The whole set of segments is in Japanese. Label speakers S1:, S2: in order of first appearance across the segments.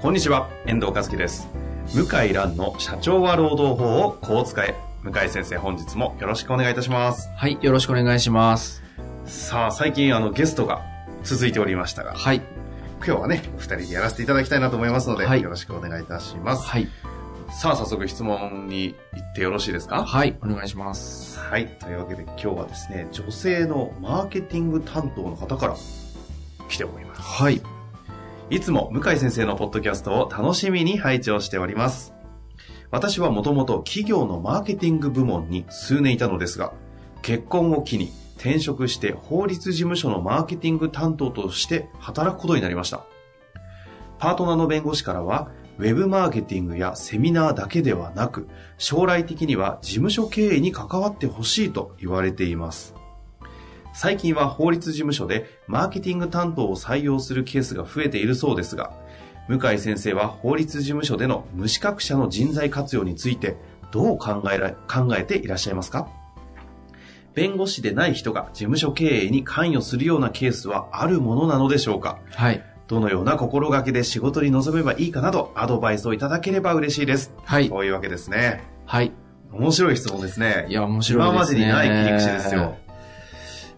S1: こんにちは、遠藤和樹です。向井蘭の社長は労働法をこう使え。向井先生、本日もよろしくお願いいたします。
S2: はい、よろしくお願いします。
S1: さあ、最近あのゲストが続いておりましたが、
S2: はい、
S1: 今日はね、お二人でやらせていただきたいなと思いますので、
S2: はい
S1: よろしくお願いいたします。
S2: はい、
S1: さあ、早速質問に行ってよろしいですか
S2: はい、お願いします。
S1: はい。というわけで今日はですね、女性のマーケティング担当の方から来ております。
S2: はい、
S1: いつも向井先生のポッドキャストを楽しみに拝聴しております。私はもともと企業のマーケティング部門に数年いたのですが、結婚を機に転職して法律事務所のマーケティング担当として働くことになりました。パートナーの弁護士からは、ウェブマーケティングやセミナーだけではなく、将来的には事務所経営に関わってほしいと言われています。最近は法律事務所でマーケティング担当を採用するケースが増えているそうですが、向井先生は法律事務所での無資格者の人材活用についてどう考えら考えていらっしゃいますか弁護士でない人が事務所経営に関与するようなケースはあるものなのでしょうか
S2: はい、
S1: どのような心がけで仕事に臨めばいいかなどアドバイスをいただければ嬉しいです。
S2: はい、
S1: こういうわけですね。
S2: はい。
S1: 面白い質問ですね。
S2: いや、面白いですね。
S1: 今までにない切り口ですよ。。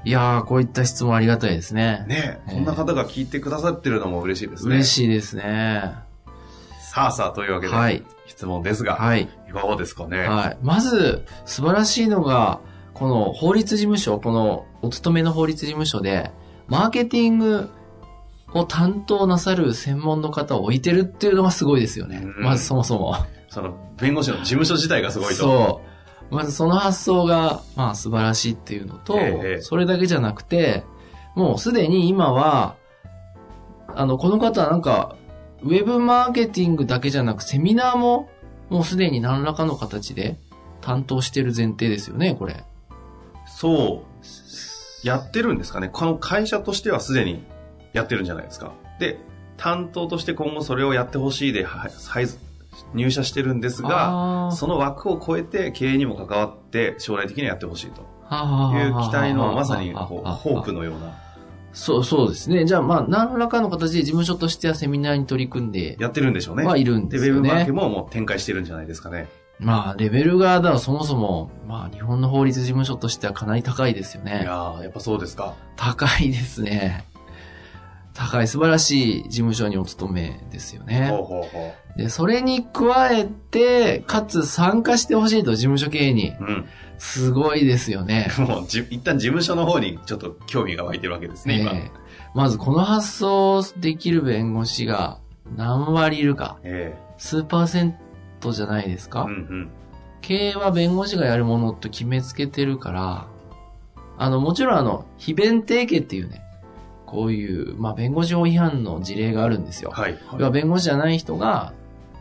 S2: いやー、こういった質問ありがたいですね。
S1: ねえ、
S2: ええ
S1: こんな方が聞いてくださってるのも嬉しいですね。
S2: 嬉
S1: い。
S2: しいですね。
S1: さあさあというわけで、
S2: はい、
S1: 質問ですが、
S2: はい、
S1: いかがですかね。
S2: はい。まず、素晴らしいのが、この法律事務所、このお勤めの法律事務所で、マーケティングを担当なさる専門の方を置いてるっていうのがすごいですよね。
S1: うん
S2: まずそもそも。
S1: その、弁護士の事務所自体がすごいと。
S2: そう。まずその発想が、まあ素晴らしいっていうのと、
S1: ええ
S2: それだけじゃなくて、もうすでに今は、あの、この方はなんか、ウェブマーケティングだけじゃなく、セミナーも、もうすでに何らかの形で担当してる前提ですよね、これ。
S1: そう。やってるんですかね。この会社としてはすでにやってるんじゃないですか。で、担当として今後それをやってほしいで、ははい、入社してるんですが、
S2: あー
S1: その枠を超えて経営にも関わって将来的にはやってほしいと
S2: あ
S1: い
S2: ー
S1: う期待のまさに
S2: あー
S1: こう
S2: あー
S1: ホープのような、
S2: そう、そうですね。じゃあ、まあ、何らかの形で事務所としてはセミナーに取り組んで
S1: やってるんでしょうね。
S2: はいるん
S1: で、ウ
S2: です
S1: ェブ
S2: よね。
S1: マーケももう展開してるんじゃないですかね。
S2: まあ、レベルが、だからそもそも、まあ、日本の法律事務所としてはかなり高いですよ
S1: い
S2: ね。
S1: やー、やっぱそうですか。
S2: 高いですね。高い、素晴らしい事務所にお勤めですよ
S1: ほう
S2: ね。
S1: ほうほ
S2: で、それに加えて、かつ参加してほしいと、事務所経営に。
S1: う。うん。
S2: すごいですよね。
S1: もうじ、一旦事務所の方にちょっと興味が湧いてるわけですね、今。
S2: ええまず、この発想できる弁護士が何割いるか、
S1: え
S2: 数パーセントじゃないです
S1: え
S2: か、
S1: うん
S2: 経営は弁護士がやるものと決めつけてるから、あの、もちろんあの、非弁提携っていうね、こういう、まあ、弁護士法違反の事例があるんです
S1: うん。
S2: よ。
S1: はい。
S2: 要は弁護士じゃない人が、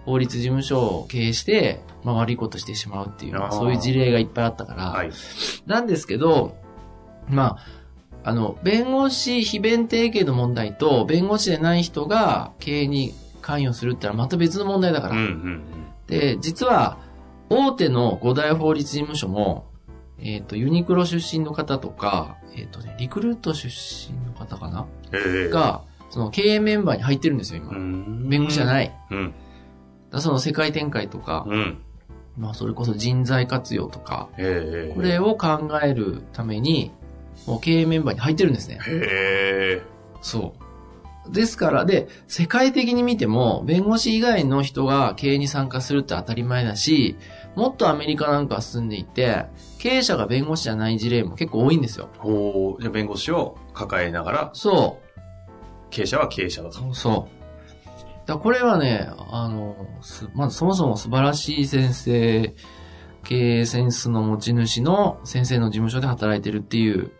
S2: 法律事務所を経営して、まあ、悪いことしてしまうっていう
S1: あー、
S2: そういう事例がいっぱいあったから、
S1: はい。
S2: なんですけど、まあ、あの、弁護士非弁提携の問題と、弁護士でない人が経営に関与するってのはまた別の問題だから
S1: うんう、ん
S2: で、実は、大手の五大法律事務所も、えっ、と、ユニクロ出身の方とか、えっ、とね、リクルート出身の方かな
S1: うん。ええ
S2: が、その経営メンバーに入ってるんですよ、今。弁護士じゃ
S1: い。
S2: ない。だか
S1: うん。
S2: らその世界展開とか、
S1: うん。
S2: まあ、それこそ人材活用とか、
S1: ええ
S2: これを考えるために、もう経営メンバーに入ってるんですね。
S1: へえ。
S2: そう。ですから、で、世界的に見ても、弁護士以外の人が経営に参加するって当たり前だし、もっとアメリカなんかは進んでいて、経営者が弁護士じゃない事例も結構多いんですよ。
S1: こう、じゃあ弁護士を抱えながら、
S2: そ
S1: 経営者は経営者だと。
S2: う。そう。だからこれはね、あの、すまずそもそも素晴らしい先生、経営センスの持ち主の先生の事務所で働いてるっていう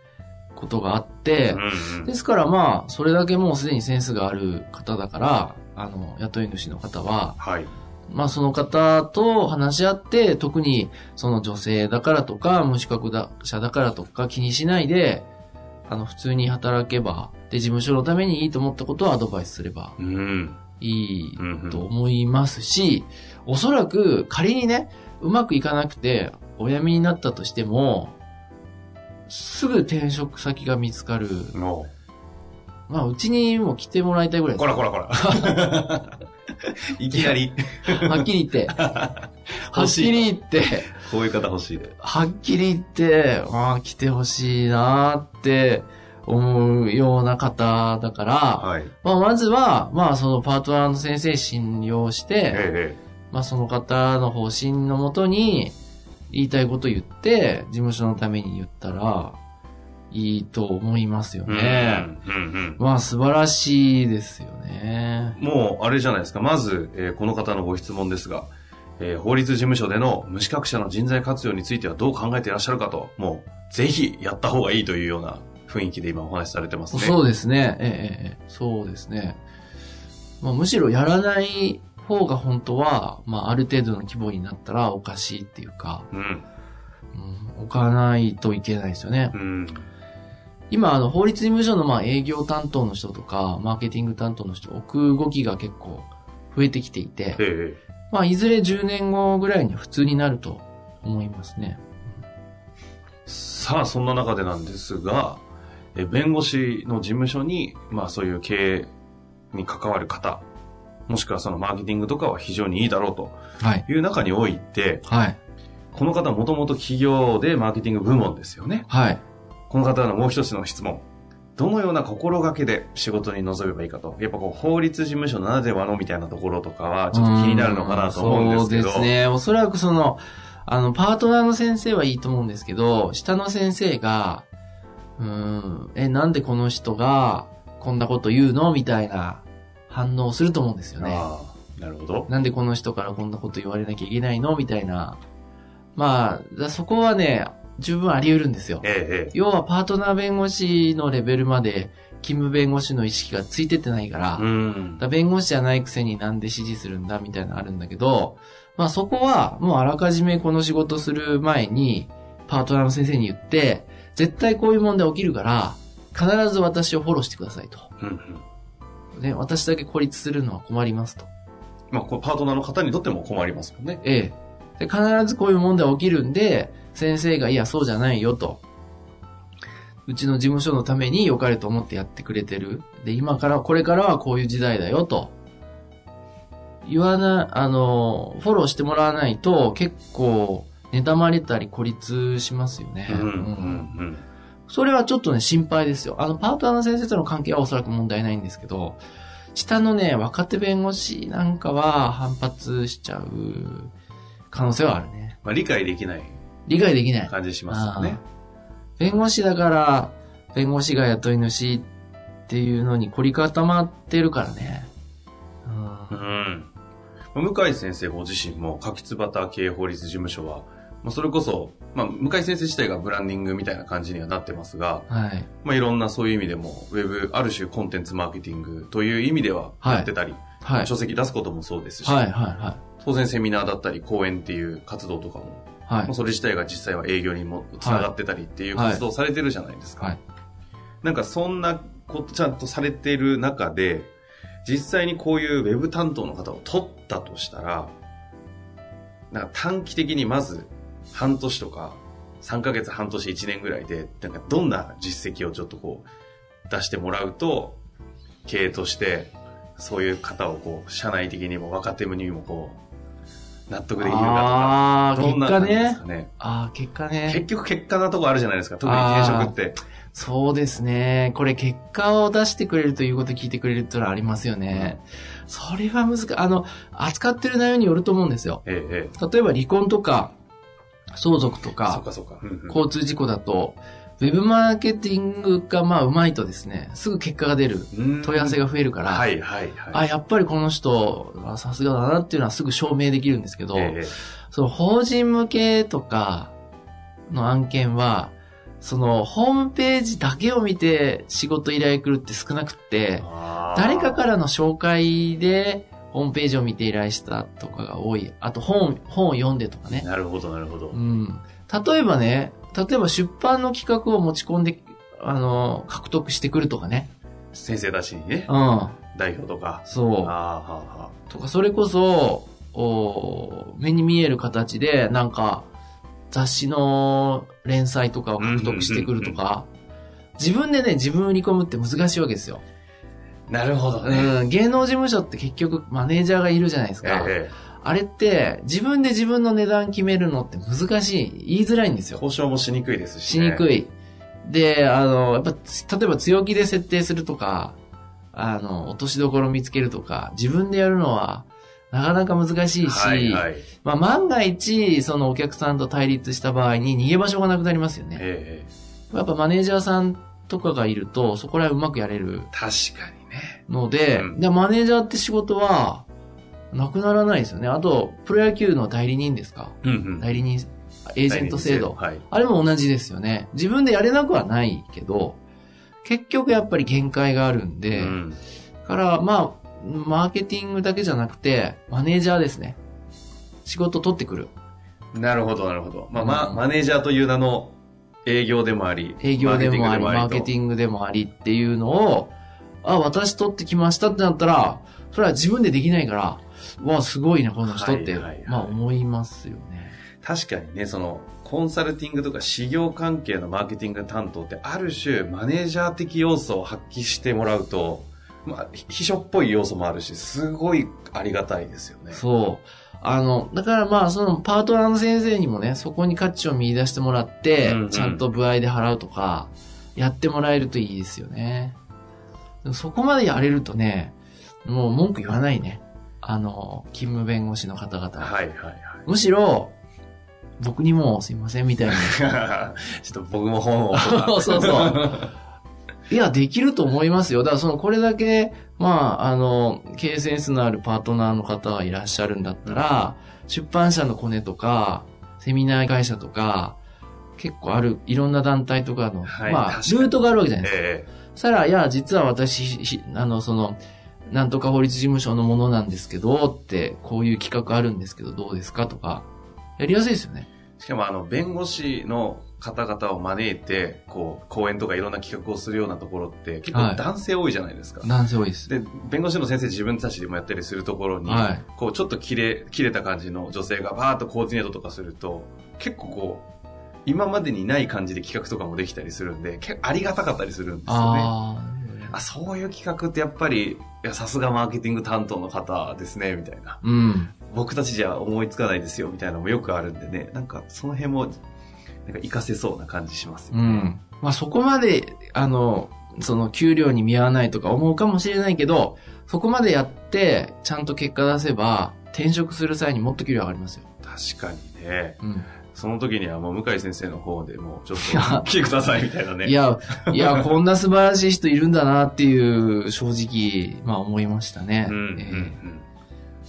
S2: ことがあって、
S1: うん
S2: ですからまあ、それだけもうすでにセンスがある方だから、あの、雇い主の方は、
S1: はい。
S2: まあその方と話し合って、特にその女性だからとか、無資格者だからとか気にしないで、あの、普通に働けば、で、事務所のためにいいと思ったことをアドバイスすれば
S1: うん。
S2: いい
S1: うんうん
S2: と思いますし、おそらく仮にね、うまくいかなくて、お辞めになったとしても、すぐ転職先が見つかる。
S1: も
S2: まあ、うちにも来てもらいたいぐら
S1: う、
S2: い
S1: こ
S2: で
S1: らこらこら。 いきなり、
S2: す。はっきり言って。は
S1: 欲
S2: っ
S1: しい
S2: きり言って。
S1: こういう方欲しいで。
S2: はっきり言って、ああ、来てほしいなーって思うような方だから、
S1: はい。
S2: まあ、まずは、まあ、そのパートナーの先生に診療して、
S1: え
S2: まあ、その方の方針のもとに、言いたいこと言って、事務所のために言ったら、いいと思いますよ
S1: え。
S2: ね。
S1: うんうん
S2: まあ、素晴らしいですよね。
S1: もう、あれじゃないですか。まず、えーこの方のご質問ですが、えー法律事務所での無資格者の人材活用についてはどう考えていらっしゃるかと、もう、ぜひやった方がいいというような雰囲気で今お話しされてますね。
S2: そうですね。ええええ、そうですね。まあ、むしろやらない方が本当は、まあ、ある程度の規模になったらおかしいっていうか、
S1: うん。
S2: うん、置かないといけないですよね。
S1: うん。
S2: 今、あの、法律事務所のまあ営業担当の人とか、マーケティング担当の人、置く動きが結構増えてきていて
S1: え、え。
S2: まあ、いずれ10年後ぐらいには普通になると思いますね。
S1: さあ、そんな中でなんですが、え弁護士の事務所に、まあそういう経営に関わる方、もしくはそのマーケティングとかは非常にいいだろうと
S2: はい。
S1: いう中において、
S2: はい。
S1: この方もともと企業でマーケティング部門ですよね。
S2: はい。
S1: この方のもう一つの質問。どのような心がけで仕事に臨めばいいかと。やっぱこう法律事務所ならではのみたいなところとかはちょっと気になるのかなと思うんですけど。
S2: うそうですね。おそらくその、あの、パートナーの先生はいいと思うんですけど、下の先生が、うーん、え、なんでこの人がこんなこと言うのみたいな反応をすると思うんですよね。
S1: ああ、なるほど。
S2: なんでこの人からこんなこと言われなきゃいけないのみたいな。まあ、だそこはね、十分あり得るんですよ。
S1: ええ、え
S2: 要はパートナー弁護士のレベルまで、勤務弁護士の意識がついてってないから、
S1: え。うん
S2: だか。ら弁護士じゃないくせになんで指示するんだみたいなのあるんだけど、まあそこはもうあらかじめこの仕事する前にパートナーの先生に言って、絶対こういう問題起きるから、必ず私をフォローしてくださいと。
S1: うんうん
S2: ね、私だけ孤立するのは困りますと。
S1: まあ、こうパートナーの方にとっても困りますもんね。
S2: ええ。で必ずこういう問題起きるんで、先生がいやそうじゃないよと。うちの事務所のために良かれと思ってやってくれてる。で、今から、これからはこういう時代だよと。言わな、あの、フォローしてもらわないと結構、妬まれたり孤立しますよね。
S1: うんうんう
S2: うん
S1: ん
S2: それはちょっとね、心配ですよ。あの、パートナーの先生との関係はおそらく問題ないんですけど、下のね、若手弁護士なんかは反発しちゃう可能性はあるね。
S1: まあ、理解できない
S2: 理解できない。
S1: 感じしますよね。
S2: 弁護士だから、弁護士が雇い主っていうのに凝り固まってるからね。うん
S1: うん。向井先生ご自身も、柿津畑経営法律事務所は、まあ、それこそ、まあ、向井先生自体がブランディングみたいな感じにはなってますが、
S2: はい。
S1: まあ、いろんなそういう意味でも、ウェブ、ある種コンテンツマーケティングという意味では
S2: はい
S1: やってたり、
S2: はい。
S1: 書籍出すこともそうですし、
S2: はい、はい、は
S1: 当然セミナーだったり、講演っていう活動とかも
S2: い。はい
S1: まあ。それ自体が実際は営業にもつながってたりっていう
S2: はい
S1: 活動をされてるじゃないですか。
S2: はい
S1: なんかそんなことちゃんとされてる中で、実際にこういうウェブ担当の方を取ったとしたら、なんか短期的にまず半年とか3ヶ月半年1年ぐらいで、なんかどんな実績をちょっとこう出してもらうと、経営としてそういう方をこう社内的にも若手にもこう納得できるかとか、
S2: ああ、
S1: ど
S2: 結
S1: んな
S2: 果
S1: 感じです
S2: ね
S1: か。ね。
S2: ああ、結果ね。
S1: 結局結果なとこあるじゃないですか。特に転職って。
S2: そうですね。これ結果を出してくれるということを聞いてくれるっていうのはありますよね。それは難しい。あの、扱ってる内容によると思うんですよ。
S1: ええ、ええ。
S2: 例えば離婚とか、相続と
S1: そっ
S2: か、
S1: かそっか。うんうん
S2: 交通事故だと、ウェブマーケティングがまあうまいとですね、すぐ結果が出る。
S1: うん
S2: 問い合わせが増えるから、
S1: はいはいは
S2: あ、
S1: い。
S2: やっぱりこの人、あさすがだなっていうのはすぐ証明できるんですけど、
S1: ええ
S2: その法人向けとかの案件は、その、ホームページだけを見て仕事依頼来るって少なくって、誰
S1: 誰
S2: かからの紹介で、ホームページを見て依頼したとかが多い。あと本、本を読んでとかね。
S1: なるほど、なるほど
S2: う。ん。例えばね、例えば出版の企画を持ち込んで、あの、獲得してくるとかね。
S1: 先生たちにね、
S2: うん。
S1: 代表とか。あー
S2: そ
S1: はあはあ
S2: う。とか、それこそ、お目に見える形で、なんか、雑誌の連載とかを獲得してくるとか、自分でね、自分を売り込むって難しいわけですよ。
S1: なるほどね。
S2: うん、芸能事務所って結局マネージャーがいるじゃないですか。
S1: ええ
S2: あれって、自分で自分の値段決めるのって難しい。言いづらいんですよ。
S1: 交渉もしにくいですし
S2: し
S1: ね。
S2: にくい。で、あの、やっぱ、つ例えば強気で設定するとか、あの、落としどころ見つけるとか、自分でやるのは、なかなか難しいし、
S1: はいはい。
S2: まあ、万が一、そのお客さんと対立した場合に逃げ場所がなくなりますよね。
S1: ええ
S2: やっぱマネージャーさんとかがいると、そこらへんうまくやれる
S1: 確かにね。
S2: ので、
S1: うん
S2: でマネージャーって仕事は、なくならないですよね。あと、プロ野球の代理人ですか
S1: うんうん
S2: 代理人、エージェント制度。
S1: はい。
S2: あれも同じですよね。自分でやれなくはないけど、結局やっぱり限界があるんで、
S1: うん
S2: から、まあ、マーケティングだけじゃなくて、マネージャーですね。仕事取ってくる。
S1: なるほど、なるほど。まあ、ま
S2: う
S1: あ、
S2: ん
S1: マネージャーという名の営業でもあり、
S2: 営業でもあり、マ
S1: マ
S2: ー
S1: ー
S2: ケ
S1: ケ
S2: テ
S1: テ
S2: ィングでもありっていうのを、あ、私取ってきましたってなったら、それは自分でできないから、うわ、すごいな、この人って、
S1: はいはいはい
S2: まあ思いますよね。
S1: 確かにね、その、コンサルティングとか事業関係のマーケティング担当って、ある種、マネージャー的要素を発揮してもらうと、まあ、秘書っぽい要素もあるし、すごいありがたいですよね。
S2: そう。あの、だからまあ、そのパートナーの先生にもね、そこに価値を見出してもらって、
S1: うんうん
S2: ちゃんと部合で払うとか、やってもらえるといいですよね。でもそこまでやれるとね、もう文句言わないね。あの、勤務弁護士の方々は。
S1: はいはい
S2: むしろ、僕にもすいませんみたいな。
S1: はい。ちょっと僕も本を。
S2: そうそうそう。いや、できると思いますよ。だから、その、これだけ、まあ、あの、経営センスのあるパートナーの方がいらっしゃるんだったら、出版社のコネとか、セミナー会社とか、結構ある、いろんな団体とかの、
S1: はい
S2: まあ、
S1: 確かに
S2: ルートがあるわけじゃないですか。
S1: え
S2: そしたら、いや、実は私、ひひあの、その、なんとか法律事務所のものなんですけど、って、こういう企画あるんですけど、どうですかとか、やりやすいですよね。
S1: えしかも、あの、弁護士の方々を招いて、こう、講演とかいろんな企画をするようなところって、結
S2: は
S1: 構
S2: い
S1: 男性多いじゃないですか。
S2: 男性多いです。
S1: で、弁護士の先生自分たちでもやったりするところに、
S2: はい
S1: こう、ちょっと切れ、切れた感じの女性がバーッとコーディネートとかすると、結構こう、今までにない感じで企画とかもできたりするんで、結構ありがたかったりするんですよね。
S2: ああ。
S1: あそういう企画ってやっぱり、いや、さすがマーケティング担当の方ですね、みたいな。
S2: うん。
S1: 僕たちじゃ思いつかないですよ、みたいなのもよくあるんでね、なんかその辺も、なんか活かせそうな感じしますよ
S2: う
S1: ね。
S2: ん。まあそこまで、あの、その給料に見合わないとか思うかもしれないけど、そこまでやって、ちゃんと結果出せば、転職する際にもっと給料上がりますよ。
S1: 確かにね。
S2: うん。
S1: その時にはもう向井先生の方でもうちょっ
S2: いや
S1: と来てくださいみたいなね。
S2: いや、いや、こんな素晴らしい人いるんだなっていう、正直、まあ思いましたね。
S1: うんうんう
S2: え
S1: ん。
S2: ー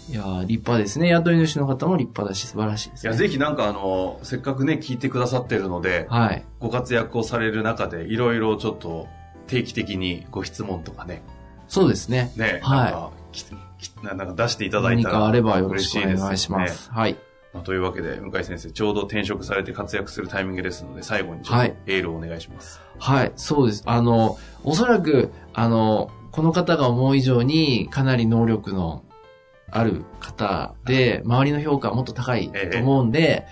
S2: いや、立派ですね。雇い主の方も立派だし、素晴らしいで
S1: い
S2: す、
S1: や、
S2: ね。
S1: ぜひなんかあの、せっかくね、聞いてくださってるので、
S2: はい。
S1: ご活躍をされる中で、いろいろちょっと定期的にご質問とかね、
S2: そうですね。
S1: ね、
S2: は
S1: なん
S2: い
S1: かききなんか出していただい
S2: 何
S1: た
S2: からあればよろ
S1: 嬉
S2: し
S1: し
S2: くお
S1: いです
S2: 願いします。
S1: ね
S2: はい。
S1: まあというわけで、向井先生、ちょうど転職されて活躍するタイミングですので、最後にちょ
S2: は
S1: っ
S2: い
S1: とエールをお願いします。
S2: はい、そうです。あの、おそらく、あの、この方が思う以上にかなり能力のある方で、周りの評価はもっと高いと思うんで、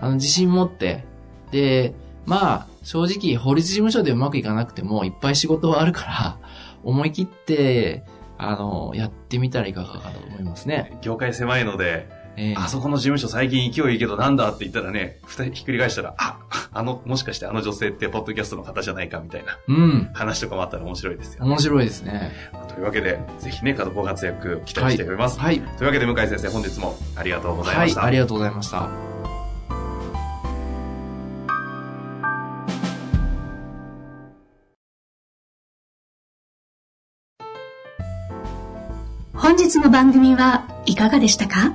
S2: あの、自信持って、で、まあ、正直、法律事務所でうまくいかなくても、いっぱい仕事はあるから、 思い切って、あの、やってみたらいかがかと思いますね。
S1: 業界狭いので、
S2: ええ
S1: あそこの事務所最近勢いいいけどなんだって言ったらね、ふたひっくり返したら、あ、あの、もしかしてあの女性ってポッドキャストの方じゃないかみたいな
S2: うん。
S1: 話とかもあったら面白いですよ。
S2: 面白いですね。
S1: というわけで、ぜひね、ご活躍期待しております。
S2: はい。
S1: というわけで向井先生本日もありがとうござい
S2: は
S1: ま
S2: い
S1: し、た、
S2: ありがとうございました。
S3: 本日の番組はいかがでしたか